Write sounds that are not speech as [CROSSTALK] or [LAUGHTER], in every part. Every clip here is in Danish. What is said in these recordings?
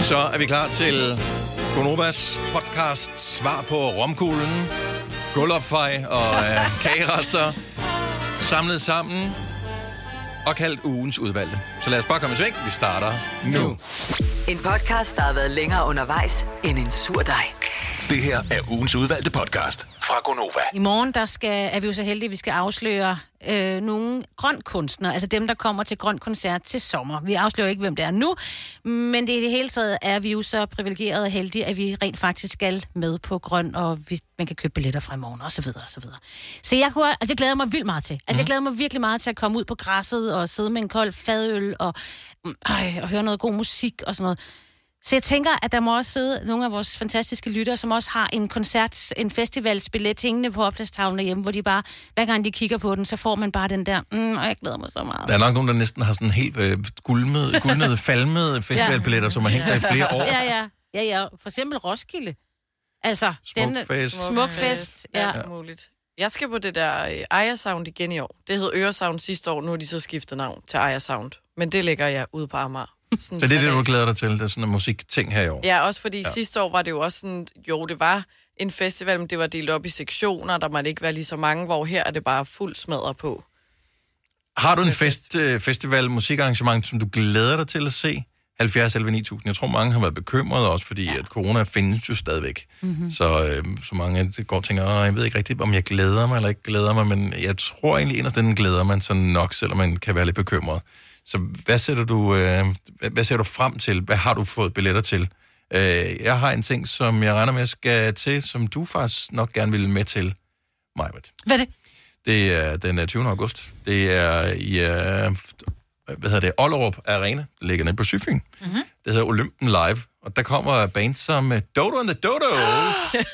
Så er vi klar til Gonovas podcast Svar på romkuglen, gulvopfej [LAUGHS] og øh, kagerester samlet sammen og kaldt ugens udvalgte. Så lad os bare komme i sving. Vi starter nu. En podcast, der har været længere undervejs end en sur dej. Det her er ugens udvalgte podcast fra Gonova. I morgen der skal, er vi jo så heldige, at vi skal afsløre øh, nogle grønkunstnere, altså dem, der kommer til grøn koncert til sommer. Vi afslører ikke, hvem det er nu, men det i det hele taget er vi jo så privilegerede og heldige, at vi rent faktisk skal med på grøn, og vi, man kan købe billetter fra i morgen, og så videre, og så videre. Så jeg kunne, altså, det glæder jeg mig vildt meget til. Altså, Mhm. jeg glæder mig virkelig meget til at komme ud på græsset og sidde med en kold fadøl og, mm, øj, og høre noget god musik og sådan noget. Så jeg tænker, at der må også sidde nogle af vores fantastiske lyttere, som også har en koncert, en festivalsbillet hængende på opslagstavlen derhjemme, hvor de bare, hver gang de kigger på den, så får man bare den der, mm, og jeg glæder mig så meget. Der er nok nogen, der næsten har sådan helt øh, gulmede, gulmede, [LAUGHS] falmede festivalbilletter, som har hængt der i flere år. Ja, ja. Ja, ja. For eksempel Roskilde. Altså, Smukfest. den smukfest. Ja. Alt muligt. Jeg skal på det der øh, Aya Sound igen i år. Det hed Øre Sound sidste år, nu har de så skiftet navn til Aya Sound. Men det ligger jeg ude på Amager. Sådan Så det er tre det, du dage. glæder dig til. Det er sådan en musikting her i år. Ja, også fordi ja. sidste år var det jo også sådan, jo, det var en festival, men det var delt op i sektioner, der måtte ikke være lige så mange, hvor her er det bare fuld smadret på. Har du en fest, øh, festival, musikarrangement, som du glæder dig til at se? 70 11 9000. Jeg tror, mange har været bekymrede også, fordi ja. at corona findes jo stadigvæk. Mm. Mm-hmm. Så, øh, så mange går og tænker, "Åh, jeg ved ikke rigtigt, om jeg glæder mig eller ikke glæder mig, men jeg tror egentlig, inderst inden glæder man sig nok, selvom man kan være lidt bekymret. Så hvad sætter du, øh, hvad, hvad ser du frem til? Hvad har du fået billetter til? Øh, jeg har en ting, som jeg regner med, jeg skal til, som du faktisk nok gerne vil med til, Majbert. Hvad er det? Det er den øh, 20. august. Det er i, øh, hvad hedder det, Ollerup Arena, der ligger nede på Syfyn. Mm-hmm. Det hedder Olympen Live, og der kommer bands som øh, Dodo and the Dodos.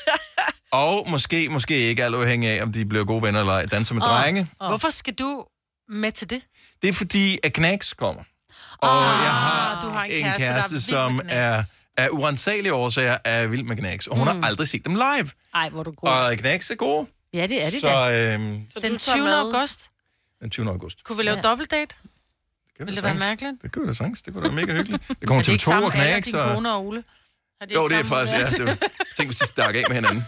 og måske, måske ikke, alt afhængig af, om de bliver gode venner eller ej, danser med oh. drenge. Oh. Hvorfor skal du med til det? Det er fordi, at Knacks kommer. Og oh, jeg har Ah, du har en en kæreste, kæreste, der er vild med som Knacks. er af urensagelige årsager er vild med Knacks, og hun mm. har aldrig set dem live. Ej, hvor er du god. Og Knacks er gode, Ja, det er det så da. øh, Så Den du tager 20. med. august. den 20. august. Kunne vi lave Ja. ja. dobbeltdate? Det Ville det være mærkeligt? Det kunne da sagtens. Det kunne da være mega hyggeligt. Det kommer Er det til ikke to sammen og med alle knæk, dine så... kone og Ole? Er Jo, ikke det er sammen? faktisk, ja. Det var... Tænk, hvis de stak af med [LAUGHS] hinanden.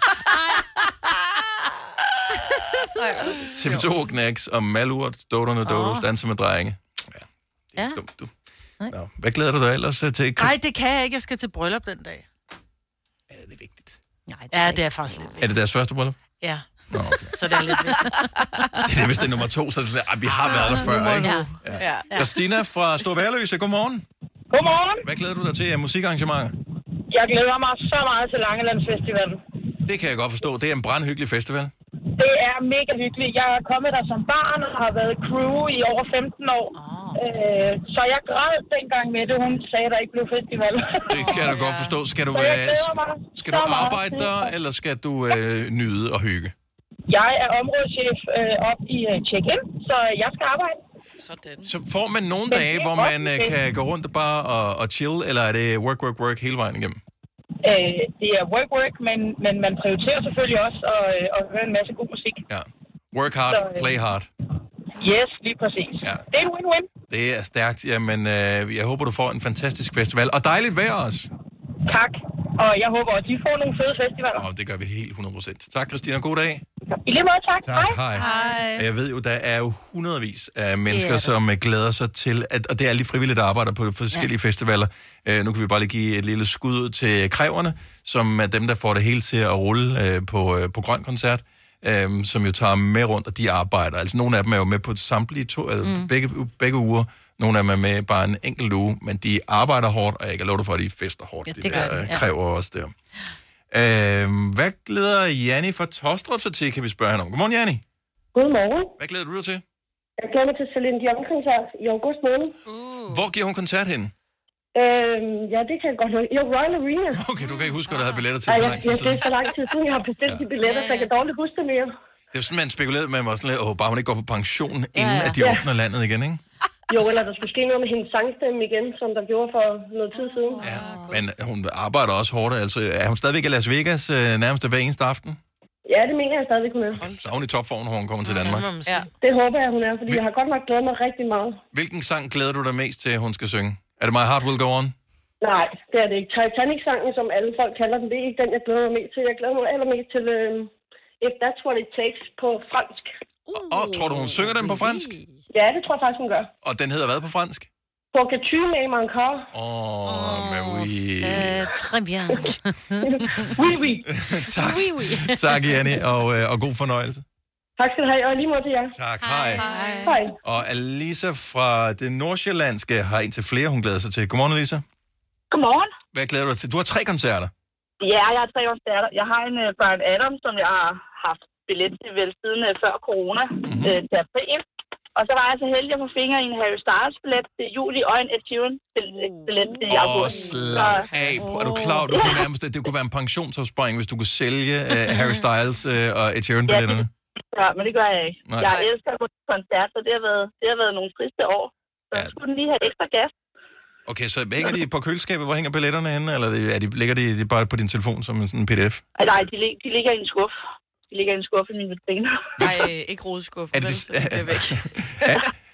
[LAUGHS] TV2 Knacks og Malurt, Dodon og Dodos, oh. danser med drenge. Ja, det er Ja. ja. dumt, du. Nå, hvad glæder du dig ellers øh, til? Chris? Nej, det kan jeg ikke. Jeg skal til bryllup den dag. Ja, det er vigtigt. Nej, det Ja, ikke. det er faktisk lidt. Er det deres første [LAUGHS] bryllup? Ja, Nå, okay. så det er lidt vigtigt. [LAUGHS] det er, hvis det er nummer to, så er det sådan, at vi Ah, har været der før, ikke? Ja. Ja. Ah, Ja. Christina fra Stor Værløse, godmorgen. Godmorgen. Hvad glæder du dig til af musikarrangementer? Jeg glæder mig så meget til Langelandsfestivalen. Det kan jeg godt forstå. Det er en brandhyggelig festival. Det er mega hyggeligt. Jeg er kommet der som barn og har været crew i over 15 år. Ah. Oh. Øh, så jeg græd dengang med det, hun sagde, at der ikke blev festival. [LAUGHS] Det kan jeg da godt forstå. Skal du, Så jeg øh, glæder mig skal du så meget arbejde til der, det. eller skal du øh, nyde og hygge? jeg er områdeschef øh, op i øh, check-in, så jeg skal arbejde. Sådan. Så får man nogle det er dage, hvor også man øh, fedt. kan gå rundt og bare og, og chill, eller er det work, work, work hele vejen igennem? Øh, det er work, work, men, men man prioriterer selvfølgelig også at, øh, at høre en masse god musik. Ja. Work hard, Så, øh, play hard. Yes, lige præcis. Ja. Det er en win-win. Det er stærkt. Jamen, øh, jeg håber, du får en fantastisk festival. Og dejligt vejr også. Tak. Og jeg håber, at de får nogle fede festivaler. Og det gør vi helt 100%. Tak, Christina. God dag. I lige måde, tak. Hej. Hej. Hej. Jeg ved jo, der er jo hundredvis af mennesker, som øh, glæder sig til, at, og det er alle de frivillige, der arbejder på forskellige ja. festivaler. Øh, nu kan vi bare lige give et lille skud ud til kræverne, som er dem, der får det hele til at rulle øh, på, øh, på Grøn Koncert, øh, som jo tager med rundt, og de arbejder. Altså nogle af dem er jo med på samtlige to, øh, mm. begge, begge uger. Nogle af dem er med bare en enkelt uge, men de arbejder hårdt, og jeg kan love dig for, at de fester hårdt. Ja, de det der, gør de, øh, ja. kræver også der. Øh, hvad glæder Janni fra Tostrup sig til, kan vi spørge hende om. Godmorgen, Janni. Godmorgen. Hvad glæder du dig til? Mm. Jeg glæder mig til Celine Dion-koncert i august måned. Hvor giver hun koncert hen? Øhm, ja, det kan jeg godt nok. Jo, Royal Arena. Okay, du kan ikke huske, at du havde billetter til Ej, så jeg, lang tid jeg, det siden. er så lang tid siden, jeg har bestilt de billetter, så jeg kan dårligt huske det mere. Det var sådan, man spekulerede med, at man var sådan lidt, åh, bare hun ikke går på pension, inden ja. at de åbner landet igen, ikke? Jo, eller der skulle ske noget med hendes sangstemme igen, som der gjorde for noget tid siden. Ja, men øh, hun arbejder også hårdt, altså er hun stadigvæk i Las Vegas øh, nærmest hver eneste aften? Ja, det mener jeg stadigvæk, hun er. Så er hun i topform, når hun kommer Mhm. til Danmark. Hvad må man sige? Ja. Det håber jeg, hun er, fordi jeg har godt nok glædet mig rigtig meget. Hvilken sang glæder du dig mest til, hun skal synge? Er det My Heart Will Go On? Nej, det er det ikke. Titanic-sangen, som alle folk kalder den, det er ikke den, jeg glæder mig mest til. Jeg glæder mig allermest til øh, If That's What It Takes på fransk. Uh, og tror du, hun synger den på fransk? Ja, det tror jeg faktisk, hun gør. Og den hedder hvad på fransk? Pour que tu m'aimes encore. Åh, oh, mais oui. Øh, très bien. Oui, oui. [LAUGHS] tak. Oui, oui. tak, Janne, og, øh, og god fornøjelse. Tak skal du have, og lige måde til jer. Tak, hej. hej. Hej. Og Alisa fra det nordsjællandske har en til flere, hun glæder sig til. Godmorgen, Alisa. Godmorgen. Hvad glæder du dig til? Du har tre koncerter. Ja, jeg er tre års datter. Jeg har en uh, Brian Adams, som jeg har haft billet til vel siden uh, før corona Mhm. mm-hmm. uh, til april. Og så var jeg så heldig at få fingre i en Harry Styles-billet til juli og en Ed Sheeran-billet til Uh. Åh, august. slap af. Prøv- Er du klar? over, Du kunne nærmest, det kunne være en pensionsopsparing, hvis du kunne sælge uh, Harry Styles uh, og Ed Sheeran-billetterne. Ja, men det gør jeg ikke. Nej. Nej. Jeg elsker at gå til koncert, så det har været, det har været nogle triste år. Så Ja. jeg skulle den lige have ekstra gas. Okay, så hænger de på køleskabet? Hvor hænger billetterne henne? Eller er de- er de, ligger de, de bare på din telefon som en sådan en pdf? Ej, nej, de, lig, de ligger i en skuff. De ligger i en skuff i mine vitriner. Nej, ikke Er rodeskuffen, det- vel, så det bliver [LAUGHS] væk.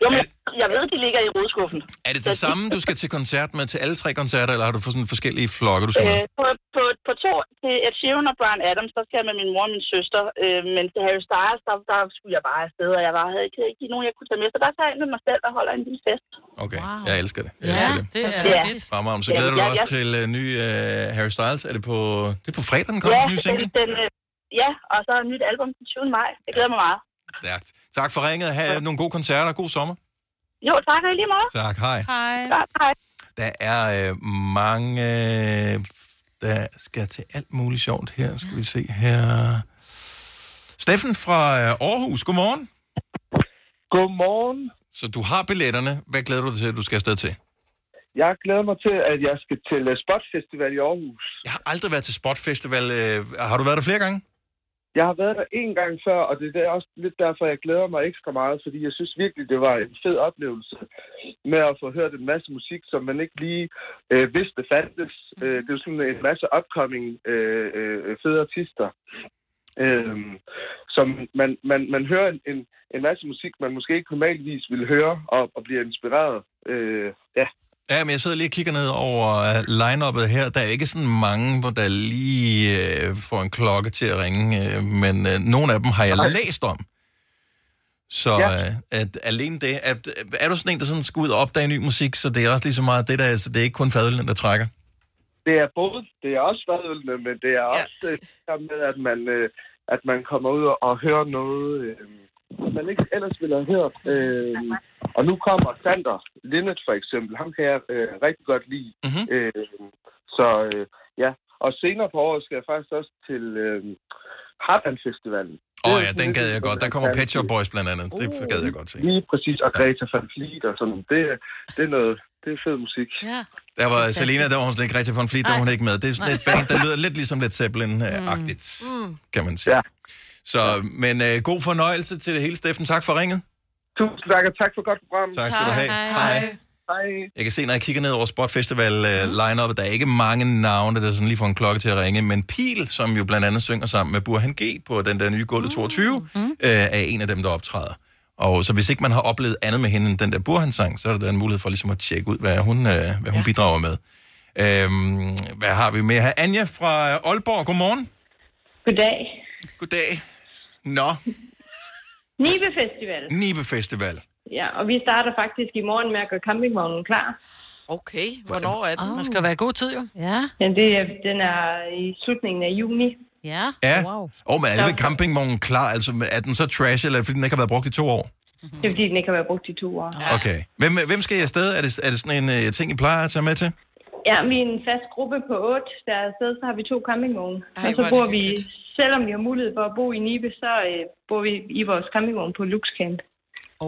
Jo, men jeg ved, de ligger i rodskuffen. Er det det samme, du skal til koncert med til alle tre koncerter, eller har du fået sådan forskellige flokke, du skal med? Øh, på, på, på to til Ed Sheeran og Brian Adams, der skal jeg med min mor og min søster. Øh, men til Harry Styles, der, der skulle jeg bare afsted, og jeg var, havde ikke, ikke nogen, jeg kunne tage med. Så der tager jeg ind med mig selv og holder en lille fest. Okay, wow. jeg elsker det. Jeg Ja, elsker det. det er Ja. fedt. Fremragende. Så Ja, glæder du dig ja, også til uh, ny uh, Harry Styles. Er det på, det er på fredag, den kommer, Ja, den nye den, single? den, øh, ja, og så et nyt album den 20. maj. Jeg glæder mig meget. Stærkt. Tak for ringet. Ha' nogle gode koncerter. God sommer. Jo, tak og i lige meget. Tak. Hej. Hej. Tak, hej. Der er øh, mange, øh, der skal til alt muligt sjovt her. Skal vi se her. Steffen fra øh, Aarhus, godmorgen. Godmorgen. Så du har billetterne. Hvad glæder du dig til, at du skal afsted til? Jeg glæder mig til, at jeg skal til øh, Spot Festival i Aarhus. Jeg har aldrig været til Spot Festival. Øh, har du været der flere gange? Jeg har været der en gang før, og det er der også lidt derfor, jeg glæder mig ekstra meget, fordi jeg synes virkelig, det var en fed oplevelse med at få hørt en masse musik, som man ikke lige øh, vidste fandtes. Øh, det er jo sådan en masse upcoming øh, øh, fede artister, øh, som man, man, man hører en, en, en masse musik, man måske ikke normalvis ville høre og, og bliver inspireret. Øh, ja, Ja, men jeg sidder lige og kigger ned over øh, line-uppet her. Der er ikke sådan mange, hvor der lige øh, får en klokke til at ringe, øh, men øh, nogle af dem har jeg læst om. Så Ja. øh, at alene det, at, øh, er du sådan en, der sådan skal ud og opdage ny musik, så det er også lige så meget det der, så det er ikke kun fadelen, der trækker. det er både, det er også fadølende, men det er Ja. også øh, det her med, at man, øh, at man kommer ud og, og hører noget, øh, man ikke ellers ville have hørt. Øh, og nu kommer Sander Linnet for eksempel, ham kan jeg øh, rigtig godt lide. Mhm. Øh, så øh, ja, og senere på året skal jeg faktisk også til øh, Hartland Festivalen. Åh Det oh, er ja, sådan den gad lidt jeg sådan godt. Der en kommer Pet dansk- Shop Boys blandt andet. Det gad jeg godt se. Uh, Lige præcis, og Greta van Fleet og sådan. Det, det er noget, det er fed musik. Ja. Der var Selena, der var hun slet ikke rigtig von Fleet, der var hun ikke med. Det er sådan et band, der lyder lidt ligesom lidt Zeppelin-agtigt, Mm. kan man sige. Ja. Så, men øh, god fornøjelse til det hele, Steffen. Tak for ringet. Tusind tak, og tak for godt program. Tak skal du have. Hej. Hej. Jeg kan se, når jeg kigger ned over Spot Festival uh, line der er ikke mange navne, der sådan lige får en klokke til at ringe, men Pil, som jo blandt andet synger sammen med Burhan G på den der nye Gulvet 22, mm. øh, er en af dem, der optræder. Og så hvis ikke man har oplevet andet med hende end den der Burhan-sang, så er der da en mulighed for ligesom at tjekke ud, hvad hun, øh, hvad hun ja. bidrager med. Øhm, hvad har vi med her? Anja fra øh, Aalborg, godmorgen. Goddag. Goddag. Nå, Nibe Festival. Nibe Festival. Ja, og vi starter faktisk i morgen med at gøre campingvognen klar. Okay, hvornår er den? Man skal være i god tid, jo. Ja. Men det, er- den er i slutningen af juni. Ja. Ja. Wow. Åh, oh, men er det ved campingvognen klar? Altså, er den så trash, eller er det, fordi den ikke har været brugt i to år? Det er fordi, den ikke har været brugt i to år. Okay. Hvem, hvem skal I afsted? Er det, er det sådan en uh, ting, I plejer at tage med til? Ja, vi er en fast gruppe på otte, der er afsted, så har vi to campingvogne. Ej, hvor og så er det bor vi, hyggeligt. selvom vi har mulighed for at bo i Nibe, så øh, bor vi i vores campingvogn på Luxcamp.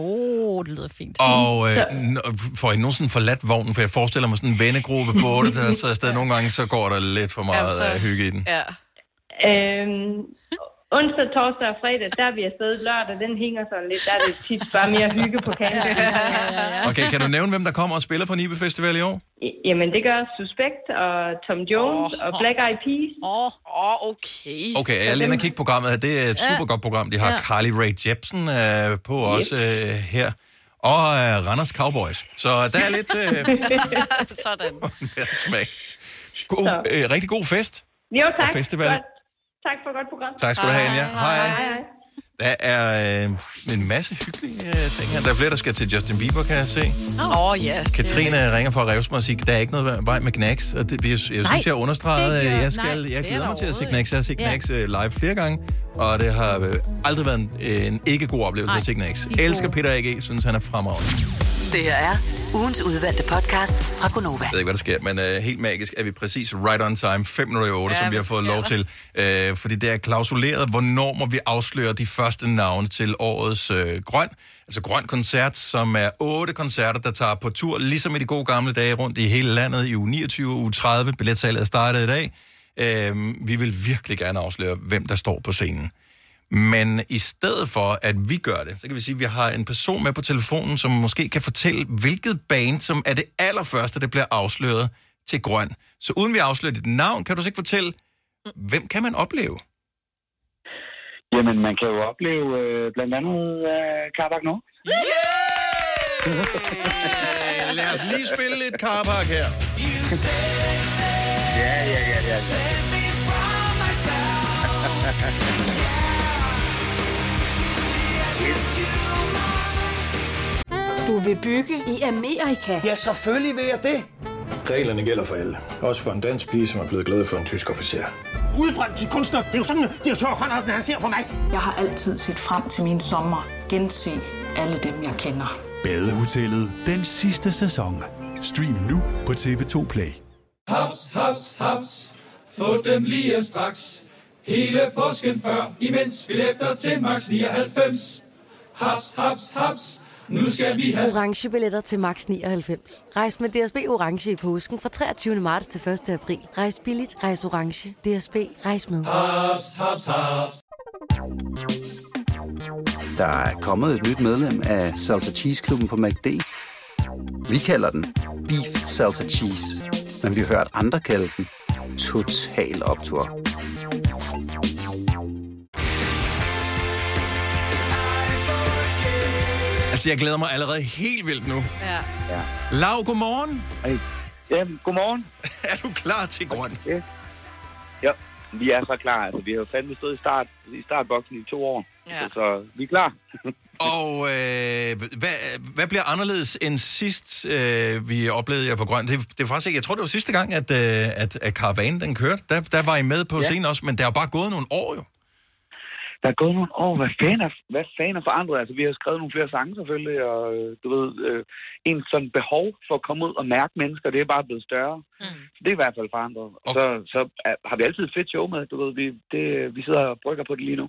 Åh, oh, det lyder fint. Og øh, n- får I nogensinde forladt vognen? For jeg forestiller mig sådan en vennegruppe på 8, der sidder afsted. Nogle gange, så går der lidt for meget Altså. altså, hygge i den. Ja. Øhm, onsdag, torsdag og fredag, der er vi afsted lørdag, den hænger sådan lidt. Der er det tit bare mere hygge på kanten. Okay, kan du nævne, hvem der kommer og spiller på Nibe Festival i år? Jamen, det gør Suspekt og Tom Jones oh. og Black Eyed Peas. Åh, Åh, oh, okay. Okay, jeg er lige inde og kigge programmet her. Det er et super godt program. De har Carly Rae Jepsen øh, på også øh, her. og øh, Randers Cowboys. Så der er lidt øh, [LAUGHS] Sådan. smag. God, øh, rigtig god fest Jo, og tak. festival. Godt. Tak for et godt program. Tak skal du have, Anja. Hej. Hej, hej. Der er øh, en masse hyggelige øh, ting her. Der er flere, der skal til Justin Bieber, kan jeg se. Åh, oh, ja. Katrine ringer for at revse mig og sige, der er ikke noget vej med Knacks. Og det, jeg, jeg synes, Nej, jeg understregede, det gjorde- at jeg, skal, nej, jeg det er glæder der mig til at se overhovedet Knacks. Jeg har set ikke. Knacks øh, live flere gange, og det har øh, aldrig været en, en ikke god oplevelse Nej, at se Knacks. de er gode. Elsker Peter A.G., synes han er fremragende. Det her er ugens udvalgte podcast fra Gonova. Jeg ved ikke, hvad der sker, men øh, helt magisk er vi præcis right on time, 5 minutter i 8, ja, som vi har fået lov til. Øh, fordi det er klausuleret, hvornår må vi afsløre de første navne til årets øh, grøn. Altså grøn koncert, som er otte koncerter, der tager på tur, ligesom i de gode gamle dage rundt i hele landet i uge 29 og uge 30. Billetsalget er startet i dag. Øh, vi vil virkelig gerne afsløre, hvem der står på scenen. Men i stedet for, at vi gør det, så kan vi sige, at vi har en person med på telefonen, som måske kan fortælle, hvilket band, som er det allerførste, der bliver afsløret til grøn. Så uden vi afslører dit navn, kan du så ikke fortælle, hvem kan man opleve? Jamen, man kan jo opleve øh, blandt andet øh, Carbac Nord. Yeah! Lad os lige spille lidt Carpark her. Ja, ja, ja, ja. ja. Du vil bygge i Amerika? Ja, selvfølgelig vil jeg det. Reglerne gælder for alle. Også for en dansk pige, som er blevet glad for en tysk officer. Udbrændt til kunstner. Det er jo sådan, at de har tørt, han ser på mig. Jeg har altid set frem til min sommer. Gense alle dem, jeg kender. Badehotellet den sidste sæson. Stream nu på TV2 Play. Haps, haps, haps. Få dem lige straks. Hele påsken før, imens billetter til max 99. Haps, haps, haps. Nu skal vi have... orange billetter til max 99. Rejs med DSB orange i påsken fra 23. marts til 1. april. Rejs billigt, rejs orange. DSB rejs med. Haps, haps, haps. Der er kommet et nyt medlem af Salsa Cheese Klubben på MACD. Vi kalder den Beef Salsa Cheese, men vi har hørt andre kalde den Total Optor. Altså, jeg glæder mig allerede helt vildt nu. Ja. Ja. Lav, godmorgen. Hey. Jamen, godmorgen. [LAUGHS] er du klar til grøn? Ja. [LAUGHS] ja, vi er så klar. Altså, vi har jo fandme stået i, start, i startboksen i to år. Altså, Ja. Så vi er klar. Og øh, hvad, hvad bliver anderledes end sidst, øh, vi oplevede jer på Grøn? Det, det er faktisk ikke, jeg tror, det var sidste gang, at, øh, at, at karavanen den kørte. Der, der var I med på ja. Ja. scenen også, men der er jo bare gået nogle år jo. Der er gået nogle år. Hvad fanden er, hvad fanden er forandret? Altså, vi har skrevet nogle flere sange selvfølgelig, og øh, du ved, øh, ens sådan behov for at komme ud og mærke mennesker, det er bare blevet større. Mm. Så det er i hvert fald forandret. Og så, så er, har vi altid et fedt show med, du ved, vi, det, vi sidder og brygger på det lige nu.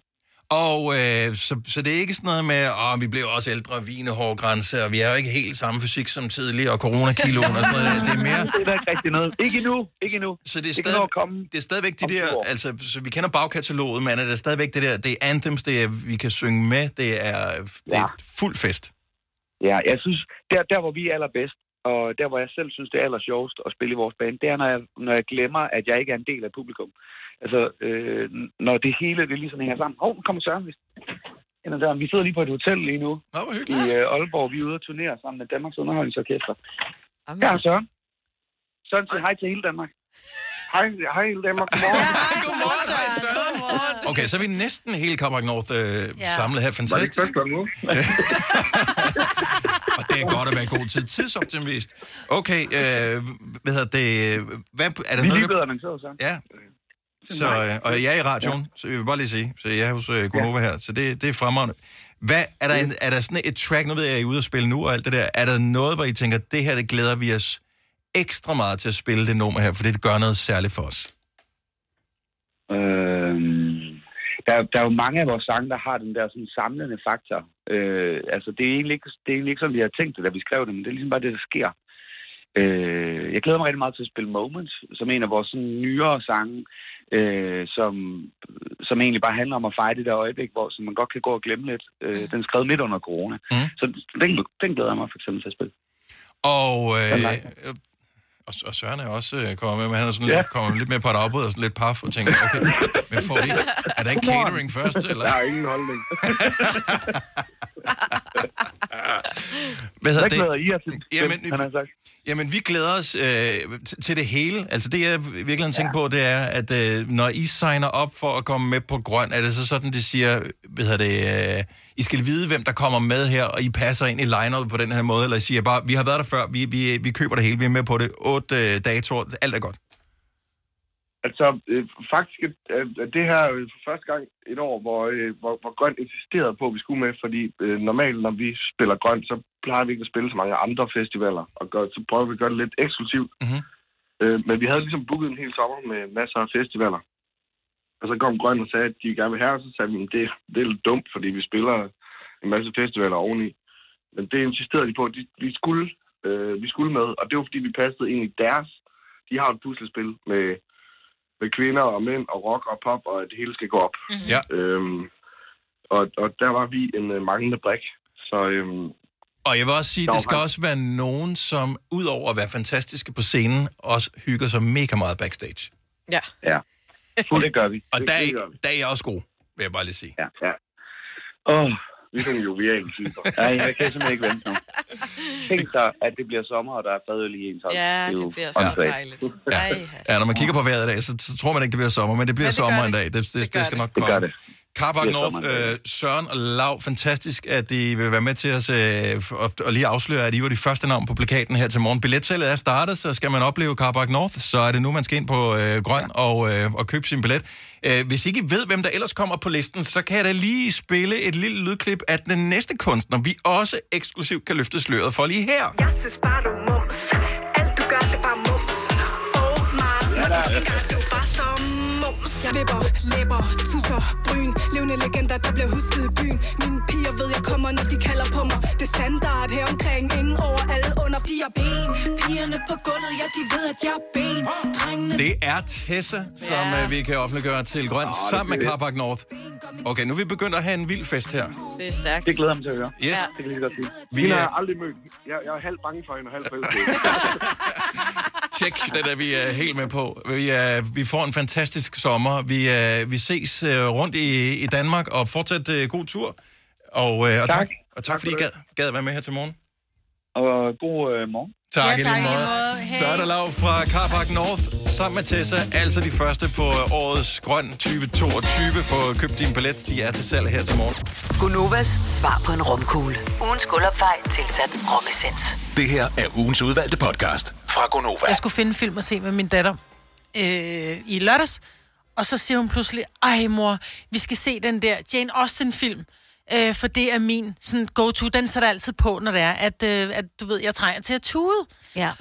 Og øh, så, så det er ikke sådan noget med, at vi blev også ældre, vine, hårde grænser, og vi er jo ikke helt samme fysik som tidligere, og coronakiloen og sådan noget. Det er mere... [LAUGHS] Det er der ikke rigtig noget. Ikke endnu, ikke endnu. Så det er, Det kan stadig, nå det, det er stadigvæk de der, altså, så vi kender bagkataloget, men er det stadigvæk det der, det er anthems, det er, vi kan synge med, det er, det er fuld fest. Ja, jeg synes, der, der hvor vi er allerbedst, og der hvor jeg selv synes, det er aller sjovest at spille i vores band, det er, når jeg, når jeg glemmer, at jeg ikke er en del af publikum. Altså, øh, når det hele, det ligesom hænger sammen. Hov, nu kommer Søren. Vi, ind ad døren. vi sidder lige på et hotel lige nu. Nå, hvor I øh, Aalborg, vi er ude og turnere sammen med Danmarks Underholdningsorkester. Her er Søren. Søren siger hej til hele Danmark. Hej, hej hele Danmark. Godmorgen. Godmorgen, Søren. [LAUGHS] Okay, så er vi næsten hele Copenhagen North øh, ja. samlet her. Fantastisk. Var det [LAUGHS] Og det er godt at være god tid. Tidsoptimist. Okay, øh, hvad hedder det? øh, Hvad, er der Vi er noget, lige blevet der... annonceret, Søren. Ja. Så, øh, og jeg er i radioen, så jeg vil bare lige sige. Så jeg er hos øh, Gunova her, så det, det er fremragende. Hvad, er, der en, er der sådan et track, nu ved jeg, at I er ude at spille nu og alt det der. Er der noget, hvor I tænker, det her, det glæder vi os ekstra meget til at spille det nummer her, for det gør noget særligt for os? Øh, der, der er jo mange af vores sange, der har den der sådan samlende faktor. Øh, altså, det er, egentlig ikke, det er egentlig ikke sådan, vi har tænkt det, da vi skrev det, men det er ligesom bare det, der sker. Øh, jeg glæder mig rigtig meget til at spille Moments, som er en af vores sådan, nyere sange, øh, som, som egentlig bare handler om at fejre det der øjeblik, hvor som man godt kan gå og glemme lidt. Øh, den er skrevet midt under corona. Mm. Så den, den glæder jeg mig for eksempel til at spille. Og, øh, Sådan. øh, og, og Søren er også øh, kommet med, men han er sådan Ja. lidt, kommer lidt mere på et afbud og sådan lidt paf, og tænker, okay, men får vi ikke, er der ikke Godmorgen. catering først, eller? Der er ingen holdning. Hvad hedder Hvad det? glæder I jer til? Jamen, han sagt. jamen vi glæder os øh, t- til det hele. Altså det, jeg virkelig tænker ja. på, det er, at øh, når I signer op for at komme med på grøn, er det så sådan, de siger, hvad hedder det, øh, I skal vide, hvem der kommer med her, og I passer ind i line på den her måde, eller I siger bare, vi har været der før, vi, vi, vi køber det hele, vi er med på det, otte øh, datoer, alt er godt. Altså, øh, faktisk øh, er det her øh, for første gang et år, hvor, øh, hvor, hvor grøn insisterede på, at vi skulle med, fordi øh, normalt, når vi spiller grøn, så plejer vi ikke at spille så mange andre festivaler, og gør, så prøver vi at gøre det lidt eksklusivt. Mm-hmm. Øh, men vi havde ligesom booket en hel sommer med masser af festivaler. Og så kom Grøn og sagde, at de gerne vil her, og så sagde vi, at det, det er lidt dumt, fordi vi spiller en masse festivaler oveni. Men det insisterede de på, at de, vi, skulle, øh, vi skulle med, og det var fordi, vi passede ind i deres. De har et puslespil med, med kvinder og mænd og rock og pop, og at det hele skal gå op. Ja. Øhm, og, og der var vi en øh, manglende brik. Så, øhm, Og jeg vil også sige, Der det var skal også være nogen, som udover at være fantastiske på scenen, også hygger sig mega meget backstage. Ja. Ja. Fuld, det gør vi. Og Det- der, er I- det gør vi. der er jeg også god, vil jeg bare lige sige. Ja, ja. Åh, oh, vi er nogle joviale [LAUGHS] typer. Nej, jeg kan simpelthen ikke [LAUGHS] vente nu. Tænk dig, at det bliver sommer, og der er fadøl i ens hold. Ja, det jo bliver så åndssvagt. dejligt. Ja. ja, når man kigger på vejret i dag, så, så tror man ikke, det bliver sommer, men det bliver Men ja, det gør det. det sommer en dag. Det, det, det, det skal nok Det komme. gør det. Carpark Det er North, sommer en dag. øh, Søren og Lav, fantastisk, at I vil være med til os øh, for- og, og lige afsløre, at I var de første navn på plakaten her til morgen. Billetsalget er startet, så skal man opleve Carpark North, så er det nu, man skal ind på øh, Grøn og, øh, og købe sin billet. Øh, hvis I ikke ved, hvem der ellers kommer på listen, så kan jeg da lige spille et lille lydklip af den næste kunstner, vi også eksklusivt kan løfte sløret for lige her. Jeg synes bare, du er mums. Alt du gør, det er bare mums. Oh my, når du altså- tænker, du er bare så mums. Jeg vipper, læber, tusser, bryn. Levende legender, der bliver husket i byen. Mine piger ved, jeg kommer, når de kalder på mig. Det er standard her omkring. Ingen over alle under. De er ben. Pigerne på gulvet, ja, de ved, at jeg er ben. Drengene... Det er Tessa, som Ja. ja. vi kan offentliggøre til Grøn, Nå, oh, det sammen med bliver Carpark North. Okay, nu er vi begyndt at have en vild fest her. Det er stærkt. Det glæder jeg mig til at høre. Yes. Det kan jeg lige godt sige. Vi hende er- har jeg aldrig mødt. Jeg, jeg er halvt bange for hende og halvt forelsket. Tjek, den er vi er helt med på. Vi, er, vi får en fantastisk sommer. Vi, er, vi ses øh, rundt i, i Danmark, og fortsat øh, god tur. Og, øh, og tak. tak. Og tak, fordi I gad, gad være med her til morgen. Og god øh, morgen. Tak, Ja, i lige tak, i lige måde. måde. Hej. Så er der lav fra Carpark North sammen med Tessa, altså de første på øh, årets Grøn 2022. Få købt din billet, de er til salg her til morgen. Gunovas svar på en romkugle. Ugens guldopfej tilsat romessens. Det her er ugens udvalgte podcast fra Gonova. Jeg skulle finde en film og se med min datter øh, i lørdags, og så siger hun pludselig, ej mor, vi skal se den der Jane Austen-film, øh, for det er min sådan go-to, den sætter jeg altid på, når det er, at, øh, at du ved, jeg trænger til at tude. Ja.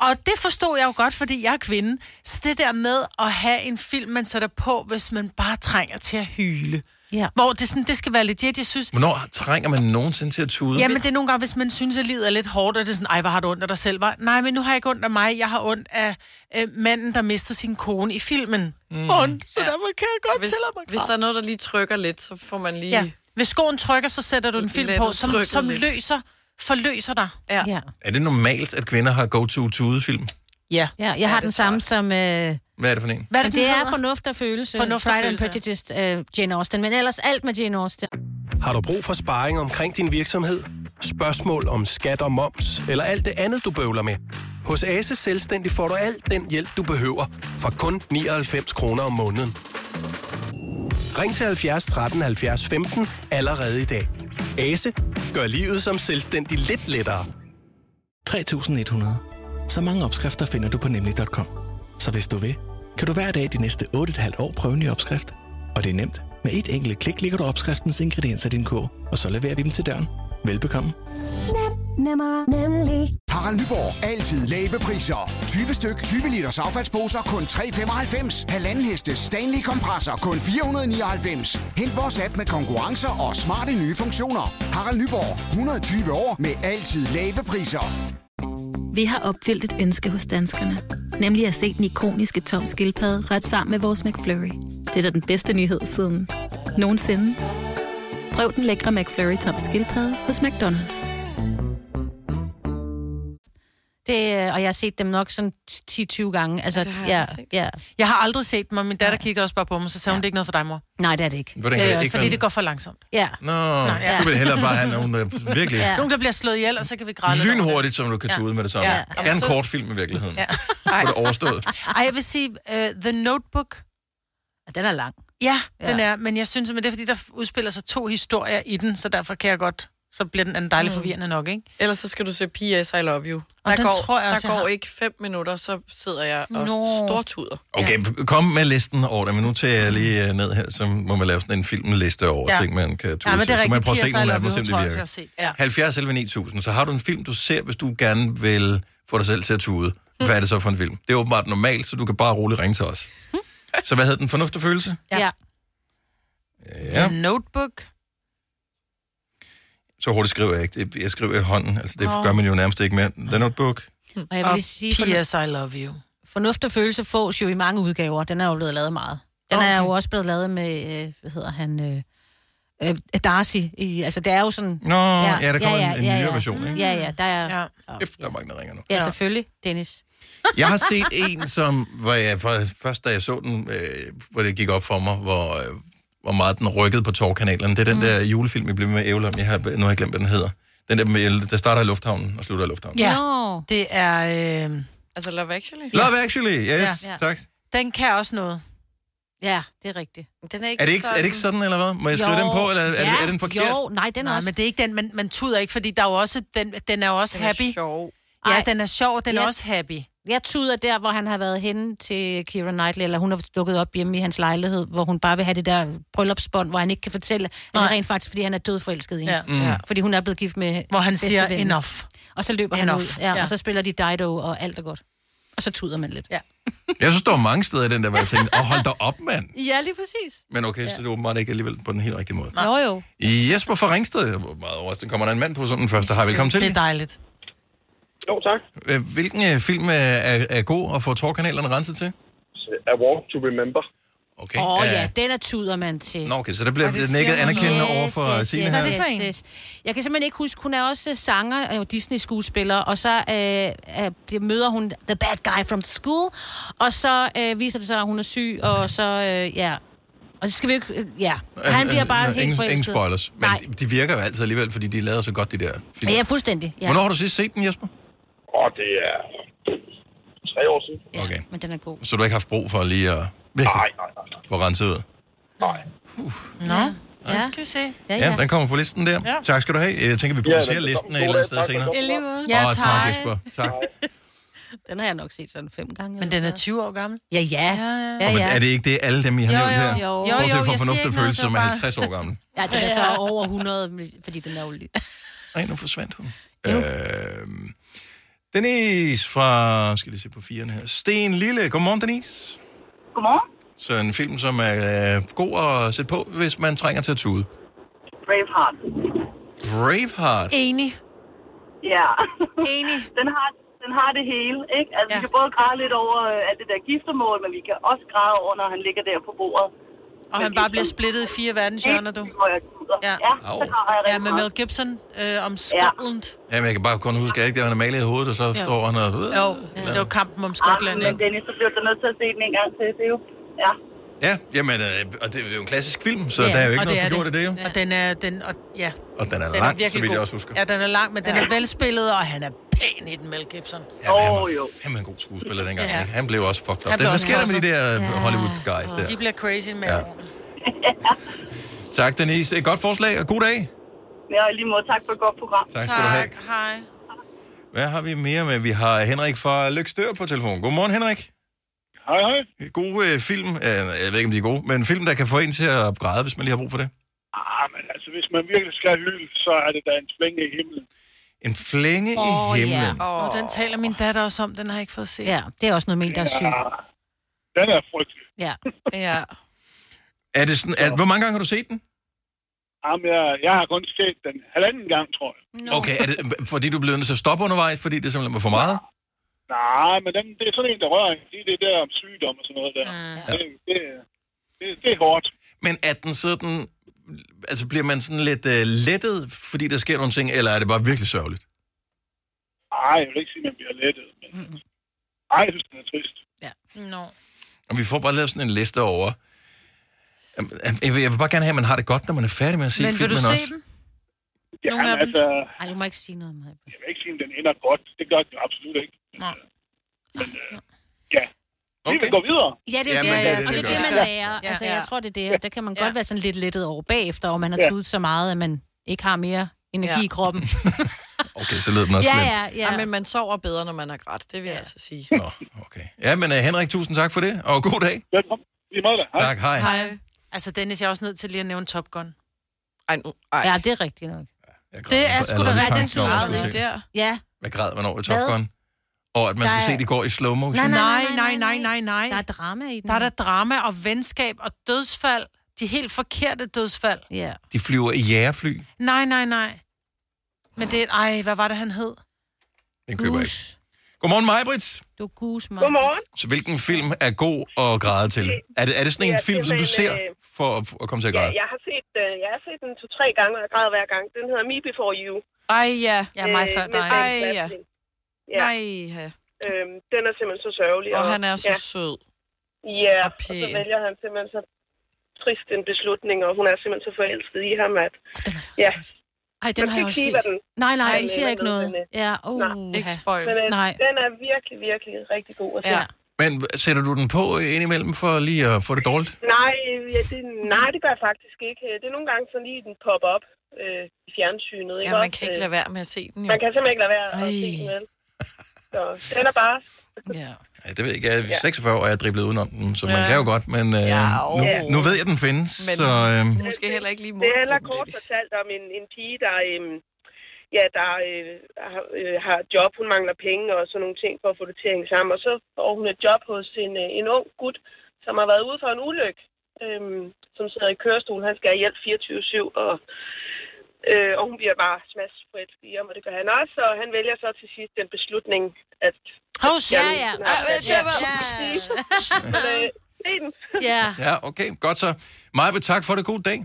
Og det forstod jeg jo godt, fordi jeg er kvinde. Så det der med at have en film, man sætter på, hvis man bare trænger til at hyle. Ja. Hvor det, sådan, det skal være legit, jeg synes... Hvornår trænger man nogensinde til at tude? Jamen, det er nogle gange, hvis man synes, at livet er lidt hårdt, og det er sådan, ej, hvor har du ondt af dig selv, var? Nej, men nu har jeg ikke ondt af mig. Jeg har ondt af øh, manden, der mistede sin kone i filmen. Mm. Ondt, så ja. derfor kan jeg godt hvis, tillade mig at Hvis græde. der er noget, der lige trykker lidt, så får man lige... Ja. Hvis skoen trykker, så sætter du en film Lad på, det som, trykke som lidt. løser, forløser dig. Ja. Ja. Er det normalt, at kvinder har go-to-tude-film? ja. ja jeg har den samme som... Øh, Hvad er det for en? Hvad er det, det er fornuft og følelse. Fornuft Fornuft og Pride and følelse. Prejudice, øh, Jane Austen. Men ellers alt med Jane Austen. Har du brug for sparring omkring din virksomhed? Spørgsmål om skat og moms, eller alt det andet, du bøvler med? Hos Ase Selvstændig får du alt den hjælp, du behøver, for kun 99 kroner om måneden. Ring til 70 13 70 15 allerede i dag. Ase gør livet som selvstændig lidt lettere. 3100. Så mange opskrifter finder du på nemlig.com. Så hvis du vil, kan du hver dag de næste 8,5 år prøve en ny opskrift. Og det er nemt. Med et enkelt klik ligger du opskriftens ingredienser i din kog, og så leverer vi dem til døren. Velbekomme. Nemmer, nemlig. Harald Nyborg. Altid lave priser. 20 styk, 20 liters affaldsposer kun 3,95. Halvanden heste Stanley kompresser kun 499. Hent vores app med konkurrencer og smarte nye funktioner. Harald Nyborg. 120 år med altid lave priser. Vi har opfyldt et ønske hos danskerne. Nemlig at se den ikoniske tom skildpadde ret sammen med vores McFlurry. Det er da den bedste nyhed siden nogensinde. Prøv den lækre McFlurry tom skildpadde hos McDonald's. Det, øh, og jeg har set dem nok sådan 10-20 gange. Altså, ja, det har jeg ja, ja. Jeg har aldrig set dem, og min datter kigger også bare på mig, så sagde hun, det er ikke noget for dig, mor. Øh, Nej, det er det ikke. Hvordan kan det ikke fordi være- det går for langsomt. Ja. Nå, ja. du vil hellere bare have nogen, der virkelig Ja. ja. Nogen, der bliver slået ihjel, og så kan vi græde lidt over det. lynhurtigt, som du kan tude med det samme. Ja. Ja. Ja. Gerne en Så- kort film i virkeligheden. Ja. Ja. Få det overstået. Ej, jeg vil sige, uh, The Notebook. Den er lang. Ja, Ja. den er, men jeg synes, at det er fordi, der udspiller sig to historier i den, så derfor kan jeg godt, så bliver den en dejlig Mm. forvirrende nok, ikke? Ellers så skal du se P.S. I Love You. Og Der den går, tror jeg også, der jeg går har. ikke fem minutter, så sidder jeg og Nå. stortuder. Okay, p- kom med listen over det, men nu tager jeg lige øh, ned her, så må man lave sådan en filmliste over Ja. ja. ting, man kan Ja, tude men det til. er Så må jeg rigtigt. prøve at se Piger, så nogle af eller dem, og se jeg om det tror jeg også, jeg har set. virker. Ja. 70 11 9000, så har du en film, du ser, hvis du gerne vil få dig selv til at tude. Hvad er det så for en film? Det er åbenbart normalt, så du kan bare roligt ringe til os. Så hvad hedder den fornuft og følelse? Ja. Ja. The Notebook. Så hurtigt skriver jeg ikke. Det- Jeg skriver i hånden. Altså, det Nå. gør man jo nærmest ikke mere. The Notebook. Og jeg vil lige sige... P.S. I love you. Fornuft og følelse fås jo i mange udgaver. Den er jo blevet lavet meget. Den okay. er jo også blevet lavet med, øh, hvad hedder han, øh, øh, Darcy. I, altså, det er jo sådan... Nå, ja, der kommer en- en nyere version, ikke? Ja, ja, der er... Ja, Efter der er mange, der ringer nu. ja selvfølgelig, Dennis. Jeg har set en, som, hvor jeg, for, først da jeg så den, øh, hvor det gik op for mig, hvor, øh, hvor meget den rykkede på tårkanalerne. Det er den mm. der julefilm, vi blev med ævle om. Jeg har, nu har jeg glemt, hvad den hedder. Den der, med, der starter i lufthavnen og slutter i lufthavnen. Ja, det er... Øh... Altså Love Actually? Love Actually, yes, Ja. ja. tak. Den kan også noget. Ja, det er rigtigt. Den er Er det, ikke, er det ikke sådan, eller hvad? Må jeg skrive Jo. den på, eller er, Ja. ja. er den forkert? Jo, nej, den er nej, også... men det er ikke den, man, man tuder ikke, fordi der er jo også, den, den er jo også Den er happy. sjov. Ja, Ej. den er sjov, og den er Ja. også happy. Jeg tuder der, hvor han har været henne til Kira Knightley, eller hun har dukket op hjemme i hans lejlighed, hvor hun bare vil have det der bryllupsbånd, hvor han ikke kan fortælle, at det er rent faktisk, fordi han er dødforelsket i hende. Ja. Mm. Ja. Fordi hun er blevet gift med Hvor han siger, bedstevennen. "Enough." Og så løber Enough. han ud, ja, Ja. og så spiller de Dido, og alt er godt. Og så tuder man lidt. Ja, Jeg synes, der var mange steder i den der, hvor jeg tænkte, åh, hold da op, mand. ja lige præcis. Men okay, så det er åbenbart ikke alligevel på den helt rigtige måde. Jo, jo. Jesper fra Ringsted, jeg var meget overrasket, kommer der en mand på sådan den første. Hej, velkommen til. Det er dejligt. Jo, tak. Hvilken øh, film øh, er, er god at få tårkanalerne renset til? A Walk to Remember. Okay. Åh oh, ja, den er tuder man til. Nå, okay, så der bliver Og det nikket siger man anerkendende noget. over for Signe yes, her. Yes, yes, yes. Jeg kan simpelthen ikke huske, hun er også øh, sanger og Disney-skuespiller, og så øh, øh, bliver- møder hun the bad guy from the school, og så øh, viser det sig, at hun er syg, Mhm. og så, øh, ja... Og så skal vi jo ikke... øh, Ja, han bliver bare helt øh, ingen, forelsket. ingen spoilers, men Nej, de, de virker jo altid alligevel, fordi de lader så godt, de der film. ja, fuldstændig. Ja. Hvornår har du sidst set den, Jesper? Åh, det er tre år siden. Okay, Men den er god. så du har ikke haft brug for lige at virkelig få renset ud? Nå, ja. den skal vi se. Ja, ja. den kommer på listen der. Ja. Ja. Tak skal du have. Jeg tænker, vi Ja, velkommen. publicerer ja, listen God et eller andet dag, sted tak for senere. godt. Ellever. Ja, Åh, tak. tak, Jesper. Tak. den har jeg nok set sådan fem gange. Men den er 20 år gammel. Ja, ja. Ja, ja, ja. ja. Er det ikke det, alle dem, I har Jo, jo, nævnt her? jo. Bortset Jo, jo, fra jeg fornuft siger og ikke noget, følelse, det som er var bare- 50 år gammel. ja, den er så over 100, fordi den er jo lige... Nej, nu forsvandt hun. Øh, Denise fra, skal lige se på firen her. Sten Lille. Godmorgen, Denise. Godmorgen. Så en film, som er øh, god at sætte på, hvis man trænger til at tude. Braveheart. Braveheart. Enig. Ja. Enig. [LAUGHS] den, har, den har det hele, ikke? Altså, ja. vi kan både græde lidt over øh, alt det der giftermål, men vi kan også græde over, når han ligger der på bordet. Og han bare bliver splittet i fire verdenshjørner, du. Ja, ja med Mel Gibson øh, om Scotland. Jamen, jeg kan bare kun huske, at jeg ikke der han er malet i hovedet, og så Jo. står han og... Jo, det var kampen om Ah, Skotland. men Dennis, så bliver du nødt til at se den en gang til. Det er jo... Ja. Ja, jamen, øh, og det er jo en klassisk film, så der er jo ikke og noget forgjort i det, jo. Og den er, den, og, ja, Og den er den er lang, så virkelig vidt jeg god. også husker. Ja, den er lang, men den er velspillet, og han er pæn i den, Mel Gibson. Åh, oh, jo. Han var en god skuespiller dengang. Ja. Ja. Han blev også fucked Han up. blev Det, hvad også sker der med de tosset. der øh, Ja. Hollywood-guys der? De bliver crazy med Ja. Tak, Denise. Et godt forslag, og god dag. Ja, og lige måde. Tak for et godt program. Tak skal du have. Hej. Hvad har vi mere med? Vi har Henrik fra Lykstør på telefon. Godmorgen, Henrik. Hej, hej. God øh, film. Øh, Jeg ved ikke, om de er gode, men en film, der kan få en til at græde, hvis man lige har brug for det. Ah, men altså, hvis man virkelig skal hylde, så er det da en flænge i himlen. En flænge i himlen. Og den taler min datter også om, den har jeg ikke fået set. Ja, det er også noget med en, der er syg. Den er frygtelig. Ja. ja. Er det sådan, er, hvor mange gange har du set den? Jamen, jeg, jeg har kun set den halvanden gang, tror jeg. No. Okay, er det, fordi du blev nødt til at stoppe undervejs, fordi det simpelthen var for meget? Nej, men den, det er sådan en, der rører en. Lige det der om sygdom og sådan noget der. Ah, Mm. Det, det, det, det er hårdt. Men er den sådan... Altså, bliver man sådan lidt øh, lettet, fordi der sker nogle ting, eller er det bare virkelig sørgeligt? Ej, jeg vil ikke sige, at man bliver lettet. Men... Ej, jeg synes, den er trist. Ja. Nå. Og vi får bare lavet sådan en liste over... Jeg vil, jeg vil bare gerne have, at man har det godt, når man er færdig med at se Men vil filmen du se også. dem? Ja, Nogle af men dem? altså, Ej, du må ikke sige noget om det. jeg vil ikke sige, at den ender godt. Det gør den absolut ikke. Nej. Men øh, ja, okay. vi vil gå videre. Ja, det er jo det, og det er det, man lærer. Ja. Altså, Ja. jeg tror, det er det. og Der kan man godt være sådan lidt lettet over bagefter, og man har Ja. tudet så meget, at man ikke har mere energi i kroppen. Okay, så lød [LAUGHS] den også slemt. ja. ja. men man sover bedre, når man har grædt, det vil jeg altså sige. Nå, okay. Ja, men uh, Henrik, tusind tak for det, og god dag. Velkommen. I måde da. Hej. Tak, hej. Hej. Altså, Dennis, jeg er også nødt til lige at nævne Top Gun. Ej, nu, ej. Ja, det er rigtigt nok. Det er på sgu da allerede ret, den tanken om, at skulle tyder se der. Ja. Hvad græd man over i Hvad? Top Gun? Og at man Der skal er- se, det går i slow motion. Nej, nej, nej, nej, nej, nej. Der er drama i den. Der er der drama og venskab og dødsfald. De helt forkerte dødsfald. Ja. De flyver i jægerfly. Nej, nej, nej. Men det er... Ej, hvad var det, han hed? Den køber jeg ikke. Godmorgen, Majbrits. Du gus, mig. Godmorgen. Så hvilken film er god at græde til? Er det, er det sådan en Ja, film, det som er du en, ser øh, for at, at komme til at Ja, græde? jeg har set, øh, jeg har set den to-tre gange, og jeg græder hver gang. Den hedder Me Before You. Øh, Ej, ja. Ja, mig før dig. Ej, ja. Ja. Nej, ja. Øhm, den er simpelthen så sørgelig. Og han er så ja. sød. Ja, og og, så pæn. vælger han simpelthen så trist en beslutning, og hun er simpelthen så forelsket i ham, at... Ja. Ej, den Man har skal jeg ikke også sige, set. hvad den- Nej, nej, hvad I den siger ender ikke med, noget. men, øh, Ja, nej. uh. Ikke spoil. Men, øh, Nej. Den er virkelig, virkelig rigtig god at se. Ja. Men sætter du den på indimellem for lige at få det dårligt? Nej, ja, det, nej, det gør jeg faktisk ikke. Det er nogle gange sådan lige, den popper op øh, i fjernsynet. Ikke Ja, man også? kan ikke lade være med at se den, jo. Man kan simpelthen ikke lade være at se den. vel? Så den er bare... Ja. Ja, det ved jeg ikke. Jeg er 46 år, og jeg er driblet udenom den, så man Ja. kan jo godt, men øh, nu, nu ved jeg, at den findes. Men- så, øh, Måske heller ikke lige Det handler kort fortalt om en, en pige, der, øhm, ja, der øh, har, øh, har job. Hun mangler penge og sådan nogle ting for at få det til at hænge sammen. Og så får hun et job hos en, øh, en ung gut, som har været ude for en ulykke, øhm, som sidder i kørestol. Han skal have hjælp 24-7, og, øh, og hun bliver bare smash på et firm, og det gør han også. Og han vælger så til sidst den beslutning, at... Hov, ja, ja. Ja, Ej, det var- Ja. ja, okay, godt så. Maja, tak for det. God dag.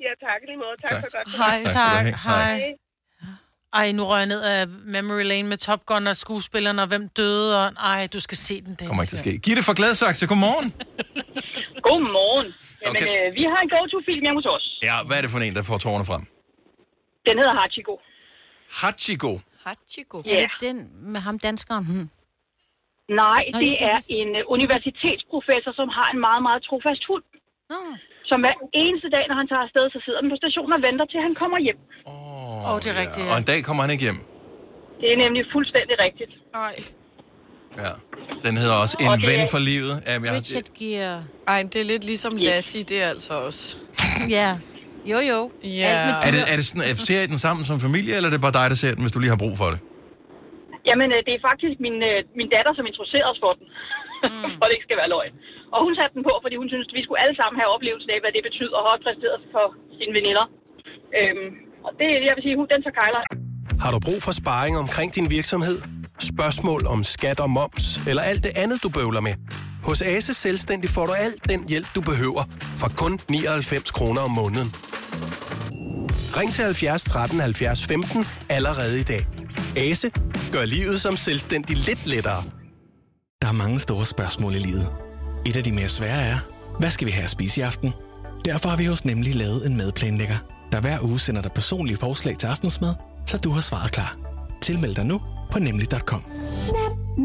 ja, tak i lige måde. Tak, Tak. for godt. Hej, Tak tak. skal du tak. have. Hej. Ej, nu røg jeg ned af memory lane med Top Gun og skuespillerne, og hvem døde, og ej, du skal se den, Dennis. Kommer ikke til at ske. Gitte fra Gladsaxe, godmorgen. Godmorgen. Jamen, Okay. øh, vi har en go-to-film hjemme hos os. Ja, hvad er det for en, der får tårerne frem? Den hedder Hachiko. Hachiko. Hachiko. Er det den med ham danskeren? Hmm. Nej, Nå, det ikke er bevidst. en øh, universitetsprofessor, som har en meget, meget trofast hund. Nå. Som hver eneste dag, når han tager afsted, så sidder den på stationen og venter, til han kommer hjem. Åh, oh, det er rigtigt. Ja. Og en dag kommer han ikke hjem. Det er nemlig fuldstændig rigtigt. Nej. Ja. Den hedder også En Og det er- ven for livet. Jamen, jeg, Richard Gere. Ej, men det er lidt ligesom Lassie, det er altså også. [LAUGHS] Ja. Jo, jo. Ja. Alt med er, det, er det sådan, at ser I den sammen som familie, eller er det bare dig, der ser den, hvis du lige har brug for det? Jamen, øh, det er faktisk min, øh, min datter, som introducerede os for den. [LAUGHS] Mm. og det ikke skal være løgn. Og hun satte den på, fordi hun synes, at vi skulle alle sammen have oplevelsen af, hvad det betyder at have præsteret for sine veninder. Øhm, og det, jeg vil sige, hun, den så kejler. Har du brug for sparring omkring din virksomhed? Spørgsmål om skat og moms, eller alt det andet, du bøvler med? Hos Ase Selvstændig får du alt den hjælp, du behøver, for kun 99 kroner om måneden. Ring til 70 13 70 15 allerede i dag. Ase gør livet som selvstændig lidt lettere. Der er mange store spørgsmål i livet. Et af de mere svære er, hvad skal vi have at spise i aften? Derfor har vi hos Nemlig lavet en madplanlægger, der hver uge sender dig personlige forslag til aftensmad, så du har svaret klar. Tilmeld dig nu på nemlig.com. Nem,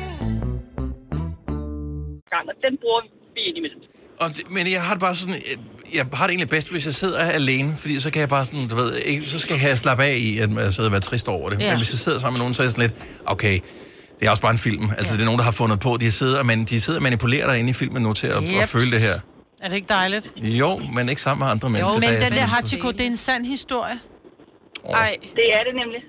gang, og den bruger vi indimellem. Og det, men jeg har det bare sådan, øh, jeg har det egentlig bedst, hvis jeg sidder alene, fordi så kan jeg bare sådan, du ved, ikke, så skal jeg slappe af i, at jeg sidder og være trist over det. Ja. Ja. Men hvis jeg sidder sammen med nogen, så er jeg sådan lidt, okay, det er også bare en film. Altså, ja. det er nogen, der har fundet på, de sidder, men de sidder og manipulerer dig inde i filmen nu til at, yep. at Jeps. føle det her. Er det ikke dejligt? Jo, men ikke sammen med andre mennesker. Jo, men der er den sådan- der Hachiko, det er en sand historie. Nej. Det er det nemlig.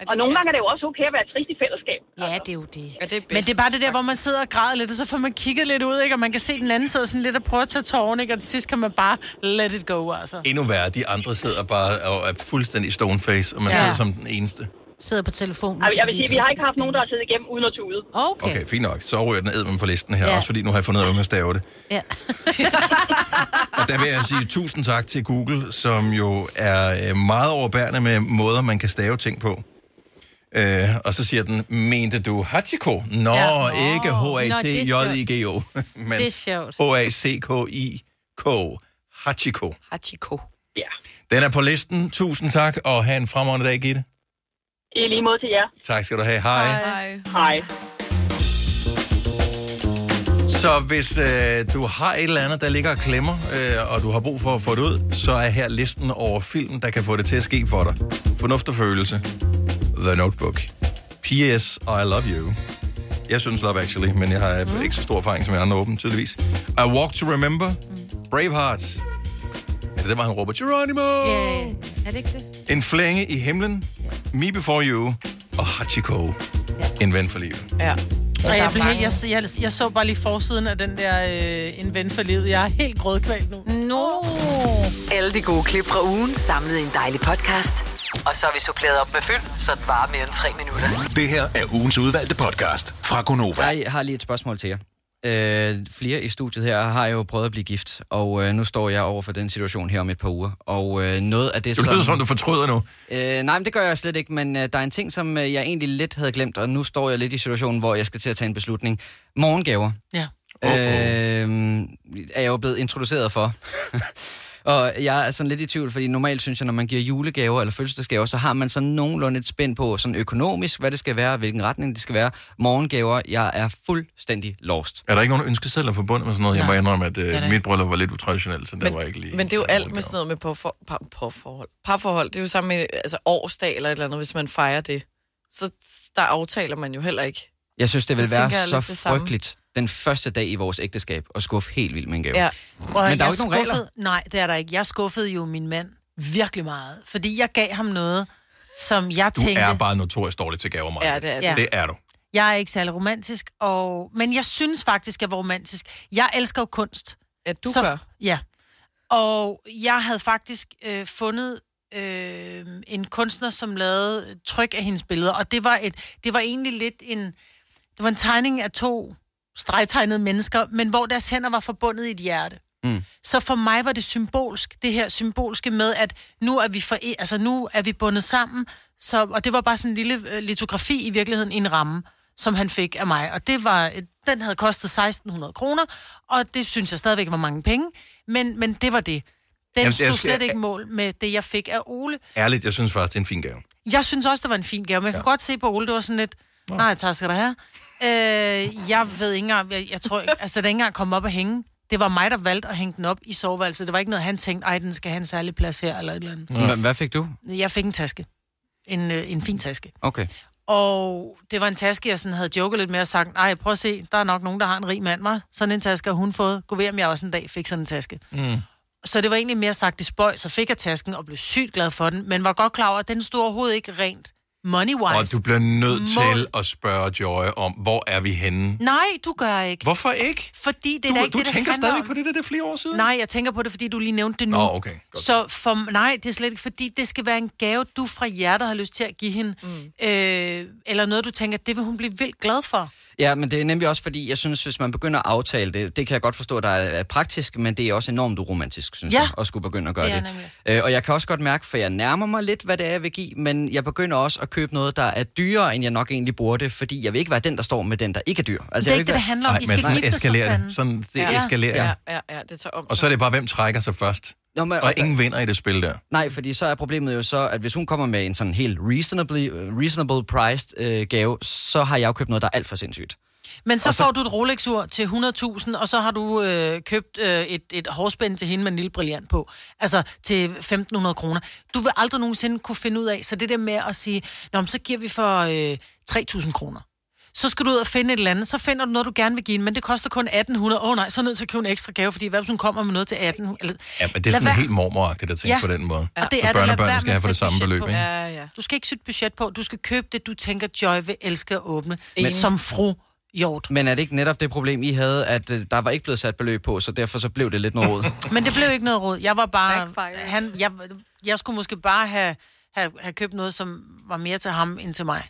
Er Og nogle gange er det jo også okay at være trist i fællesskab. Ja, det er jo det. Ja, det er Men det er bare det der, hvor man sidder og græder lidt, og så får man kigget lidt ud, ikke? Og man kan se den anden sidde sådan lidt og prøve at tage tårerne, ikke? Og til sidst kan man bare let it go, altså. Endnu værre, de andre sidder bare og er fuldstændig stoneface, og man Ja. ja. sidder som den eneste. Sidder på telefonen. Altså, jeg vil sige, vi har ikke haft nogen, der har siddet igennem uden at tude. Okay. Okay, fint nok. Så ryger den edmen på listen her, Ja. ja. også fordi nu har jeg fundet ud af, hvordan man staver det. Ja. [LAUGHS] Og der vil jeg sige tusind tak til Google, som jo er øh, meget overbærende med måder, man kan stave ting på. Øh, og så siger den, mente du Hachiko? Nå, Ja. Nå. ja. ikke Nå, det er sjovt. H-A-T-J-I-G-O. [LAUGHS] Men Det er sjovt. H-A-C-K-I-K. Hachiko. Hachiko. Ja. Den er på listen. Tusind tak, og have en fremragende dag, Gitte. I lige måde til jer. Tak skal du have. Hej. Hej. Hej. Så hvis øh, du har et eller andet, der ligger og klemmer, øh, og du har brug for at få det ud, så er her listen over film, der kan få det til at ske for dig. Fornuft og følelse. The Notebook. P.S. I Love You. Jeg synes Love Actually, men jeg har mm. ikke så stor erfaring som jeg andre åben, tydeligvis. I Walk to Remember. Braveheart. Er det der, hvor han råber, Geronimo? Ja, er det ikke det? En flænge i himlen. Me Before You. Og Hachiko. En ven for livet. Ja. Og der er jeg, blev helt, jeg, mange. jeg, jeg, så bare lige forsiden af den der øh, En ven for livet. Jeg er helt grødkvalt nu. Mm. No. Alle de gode klip fra ugen samlet i en dejlig podcast. Og så har vi suppleret op med fyld, så det varer mere end tre minutter. Det her er ugens udvalgte podcast fra Gonova. Jeg har lige et spørgsmål til jer. Øh, flere i studiet her har jo prøvet at blive gift, og øh, nu står jeg over for den situation her om et par uger. Og øh, noget af det, Du lyder, som du fortryder nu. Øh, nej, men det gør jeg slet ikke, men øh, der er en ting, som øh, jeg egentlig lidt havde glemt, og nu står jeg lidt i situationen, hvor jeg skal til at tage en beslutning. Morgengaver Ja. øh, er jeg jo blevet introduceret for. [LAUGHS] og jeg er sådan lidt i tvivl, fordi normalt synes jeg, når man giver julegaver eller fødselsdagsgaver, så har man sådan nogenlunde et spænd på, sådan økonomisk, hvad det skal være, hvilken retning det skal være. Morgengaver, jeg er fuldstændig lost. Er der ikke nogen ønskesedler forbundet med sådan noget? Jeg må indrømme, at der øh, ikke. mit bryllup var lidt utraditionelt, så det var ikke lige... Men det er jo alt med sådan noget med påfor, par, påforhold. parforhold. Det er jo sammen med altså, årsdag eller et eller andet, hvis man fejrer det. Så der aftaler man jo heller ikke. Jeg synes, det vil Det være tænker jeg så lidt det samme. frygteligt den første dag i vores ægteskab at skuffe helt vildt med en gave. Ja. Men der er jo ikke nogen regler. Nej, det er der ikke. Jeg skuffede jo min mand virkelig meget, fordi jeg gav ham noget, som jeg Du tænkte... er bare notorisk dårlig til gaver, Maja. Ja, det er det. Det er du. Jeg er ikke særlig romantisk, og... men jeg synes faktisk, jeg var romantisk. Jeg elsker jo kunst. Ja, du gør. Ja. Og jeg havde faktisk øh, fundet øh, en kunstner, som lavede tryk af hendes billeder, og det var, et, det var egentlig lidt en... Det var en tegning af to stregtegnede mennesker, men hvor deres hænder var forbundet i et hjerte. Mm. Så for mig var det symbolsk, det her symbolske med, at nu er vi, for, altså nu er vi bundet sammen, så, og det var bare sådan en lille øh, litografi i virkeligheden i en ramme, som han fik af mig. Og det var, et- den havde kostet 1600 kroner, og det synes jeg stadigvæk var mange penge, men, men det var det. Den Jamen, Jamen, jeg stod skal- slet ikke mål med det, jeg fik af Ole. Ærligt, jeg synes faktisk, det er en fin gave. Jeg synes også, det var en fin gave, men jeg kan godt se på Ole, det var sådan lidt, nej, tak skal du have. Øh, jeg ved ikke engang, jeg, jeg tror, ikke- altså den er ikke engang kommet op og hænge. Det var mig, der valgte at hænge den op i soveværelset. Det var ikke noget, han tænkte, ej, den skal have en særlig plads her, eller et eller andet. Hva- Hvad fik du? Jeg fik en taske. En, øh, en fin taske. Okay. Og det var en taske, jeg sådan havde joket lidt med og sagt, nej, prøv at se, der er nok nogen, der har en rig mand, mig. Sådan en taske har hun fået. Gå ved, om jeg også en dag fik sådan en taske. Mm. Så det var egentlig mere sagt i spøj, så fik jeg tasken og blev sygt glad for den, men var godt klar over, at den stod overhovedet ikke rent money-wise. Og du bliver nødt Mål- til at spørge Joy om, hvor er vi henne? Nej, du gør ikke. Hvorfor ikke? Fordi det er Du- da ikke du det, det tænker handler stadig om. på det, der det er flere år siden? Nej, jeg tænker på det, fordi du lige nævnte det nu. Nå, okay, Så for, nej, det er slet ikke, fordi det skal være en gave, du fra hjertet har lyst til at give hende. Mm. Øh, eller noget, du tænker, det vil hun blive vildt glad for. Ja, men det er nemlig også fordi, jeg synes, hvis man begynder at aftale det, det kan jeg godt forstå, der er er praktisk, men det er også enormt uromantisk, synes Ja. jeg, at skulle begynde at gøre Det er det. Øh, og jeg kan også godt mærke, for jeg nærmer mig lidt, hvad det er, jeg vil give, men jeg begynder også at købe noget, der er dyrere, end jeg nok egentlig burde, fordi jeg vil ikke være den, der står med den, der ikke er dyr. Altså, Det er jeg vil ikke det, det handler om. Nej, I men skal sådan giftes for eskalerer det. fanden. Sådan, det Ja. eskalerer. Ja. Ja, ja, det tager om. Og så er det bare, hvem trækker sig først. Nå, men- og ingen vinder i det spil der. Nej, fordi så er problemet jo så, at hvis hun kommer med en sådan helt reasonably, reasonable priced øh, gave, så har jeg jo købt noget, der er alt for sindssygt. Men så, så får du et Rolex-ur til 100.000, og så har du øh, købt øh, et, et hårspænd til hende med en lille brillant på. Altså til 1.500 kroner. Du vil aldrig nogensinde kunne finde ud af, så det der med at sige, Nå, men så giver vi for øh, 3.000 kroner. så skal du ud og finde et eller andet, så finder du noget, du gerne vil give hende, men det koster kun 1800. Åh oh, nej, så er jeg nødt til at købe en ekstra gave, fordi hvad hvis hun kommer med noget til 18? Eller, Ja, men det er sådan helt mormoragtigt at tænke Ja. på den måde. Og det At er det, børn lad og børn være skal med have at for det sætte samme budget beløb, på. ikke? Ja, ja. Du skal ikke sætte budget på, du skal købe det, du tænker, Joy vil elske at åbne, Men- men, som fru Hjort. Men er det ikke netop det problem, I havde, at øh, der var ikke blevet sat beløb på, så derfor så blev det [LAUGHS] lidt noget råd? Men det blev ikke noget råd. Jeg var bare... Han, jeg, jeg skulle måske bare have, have, have købt noget, som var mere til ham end til [LAUGHS] mig.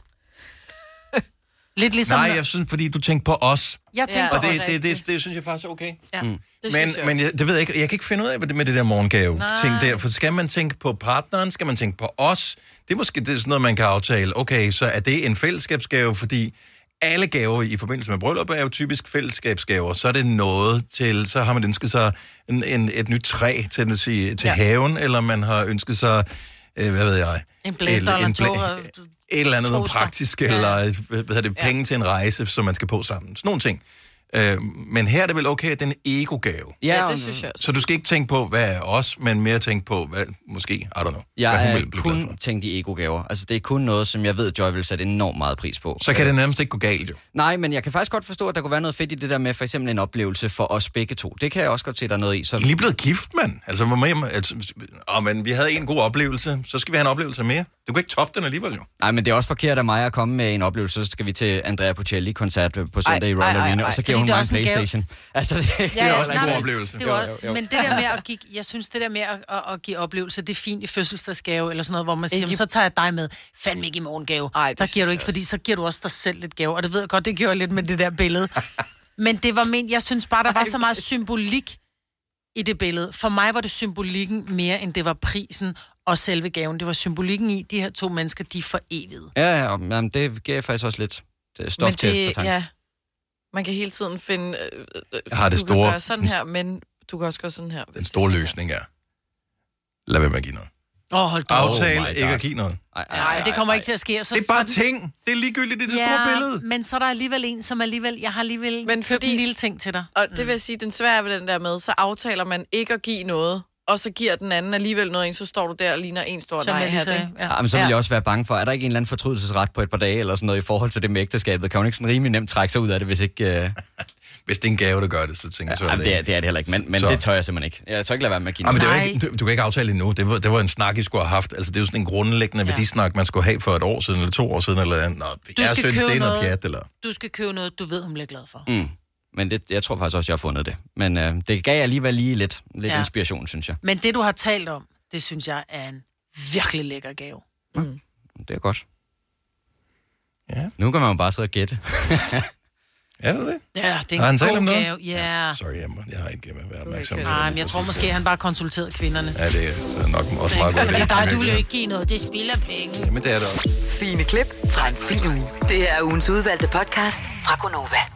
Lidt ligesom... Nej, jeg synes, fordi du tænkte på os. Jeg tænkte og på det, os. det, det, det, synes jeg faktisk er okay. Ja, Mm. det synes men, jeg men også. jeg, det ved jeg ikke, jeg kan ikke finde ud af hvad det med det der morgengave Nej. ting der, for skal man tænke på partneren, skal man tænke på os? Det er måske det er sådan noget, man kan aftale. Okay, så er det en fællesskabsgave, fordi alle gaver i forbindelse med bryllup er jo typisk fællesskabsgaver. Så er det noget til, så har man ønsket sig en, en, et nyt træ til, at sige, til Ja. ja. haven, eller man har ønsket sig, øh, hvad ved jeg? En blænder et- eller en blæ- tog, øh, et eller andet noget Toaster. praktisk, ja. eller hvad hedder det, penge ja. til en rejse, som man skal på sammen. Sådan nogle ting. Øh, men her er det vel okay, at det er en ego-gave. Ja, Ja, det synes jeg også. Så du skal ikke tænke på, hvad er os, men mere tænke på, hvad måske, I don't know, hvad hun Jeg vil er blive glad for. kun tænkt i ego-gaver. Altså, det er kun noget, som jeg ved, Joy vil sætte enormt meget pris på. Så kan det nærmest ikke gå galt, jo. Nej, men jeg kan faktisk godt forstå, at der kunne være noget fedt i det der med for eksempel en oplevelse for os begge to. Det kan jeg også godt se, der er noget i. Så... I er lige blevet gift, mand. Altså, hvor meget, altså, åh, men vi havde en god oplevelse, så skal vi have en oplevelse mere. Du kan ikke toppe den alligevel, jo. Nej, men det er også forkert af mig at komme med en oplevelse. Så skal vi til Andrea Bocelli-koncert øh, på søndag i ej, Royal ej, Arena, ej, og så fordi giver hun det er mig en også en gave. Playstation. [LAUGHS] Altså, det, det er også en nej, god men- oplevelse. Det var, Men det der [LAUGHS] med at give, jeg synes, det der med at, at, at give oplevelser, det er fint i fødselsdagsgave eller sådan noget, hvor man siger, Ikke- "Jamen, så tager jeg dig med. Fandme ikke i morgengave. Ej, der giver du ikke, fordi så giver du også dig selv lidt gave. Og det ved jeg godt, det gjorde jeg lidt med det der [LAUGHS] billede. Men det var men jeg synes bare, der var så meget symbolik i det billede. For mig var det symbolikken mere, end det var prisen og selve gaven. Det var symbolikken i, de her to mennesker, de er forevet. Ja, ja, og, jamen, det giver jeg faktisk også lidt øh, stof Men til eftertanke. ja, man kan hele tiden finde, øh, øh, har det du store- kan gøre sådan her, men du kan også gøre sådan her. Den store løsning er, lad være med at give noget. Åh, oh, hold da. op. Aftale Oh my ikke God. at give noget. Nej, det kommer ikke til at ske. og Så, Det er bare så- ting. Det er ligegyldigt i det ja, store billede. men så er der alligevel en, som alligevel... Jeg har alligevel men købt fordi, en lille ting til dig. Mm. Og det vil jeg sige, den svære ved den der med, så aftaler man ikke at give noget, og så giver den anden alligevel noget, en, så står du der og ligner en stor Som nej jeg lige her. sagde, Ja. Ja, Ah, men så vil jeg også være bange for, er der ikke en eller anden fortrydelsesret på et par dage, eller sådan noget i forhold til det med ægteskabet? Kan hun ikke sådan rimelig nemt trække sig ud af det, hvis ikke... Uh... [LAUGHS] hvis det er en gave, der gør det, så tænker jeg, så ja, er jamen, det det, er, ikke. det er det heller ikke, men, men Så- det tør jeg simpelthen ikke. Jeg tør ikke lade være med at give Ej, men det var noget. ikke, du, du kan ikke aftale endnu. Det var, det var en snak, I skulle have haft. Altså, det er jo sådan en grundlæggende ja. værdisnak, man skulle have for et år siden, eller to år siden, eller Nå, jeg skal synes, købe det er noget noget. pjat, eller... Du skal købe noget, du ved, hun bliver glad for. Mm. Men det, jeg tror faktisk også, jeg har fundet det. Men øh, det gav alligevel lige lidt, lidt Ja. ja. inspiration, synes jeg. Men det, du har talt om, det synes jeg er en virkelig lækker gave. Det er godt. Ja. Nu kan man jo bare sidde og gætte. [LAUGHS] er det det? Ja, det er Har han en talt om god noget? gave. Ja. Sorry, jeg, må- jeg har ikke været opmærksom. Nej, men jeg tror måske, han bare konsulterede kvinderne. Ja, det er så nok også meget godt. Men dig, du vil jo ikke give noget. Det spilder penge. Jamen, det er det også. Fine klip fra en fin uge. Det er ugens udvalgte podcast fra Gonova.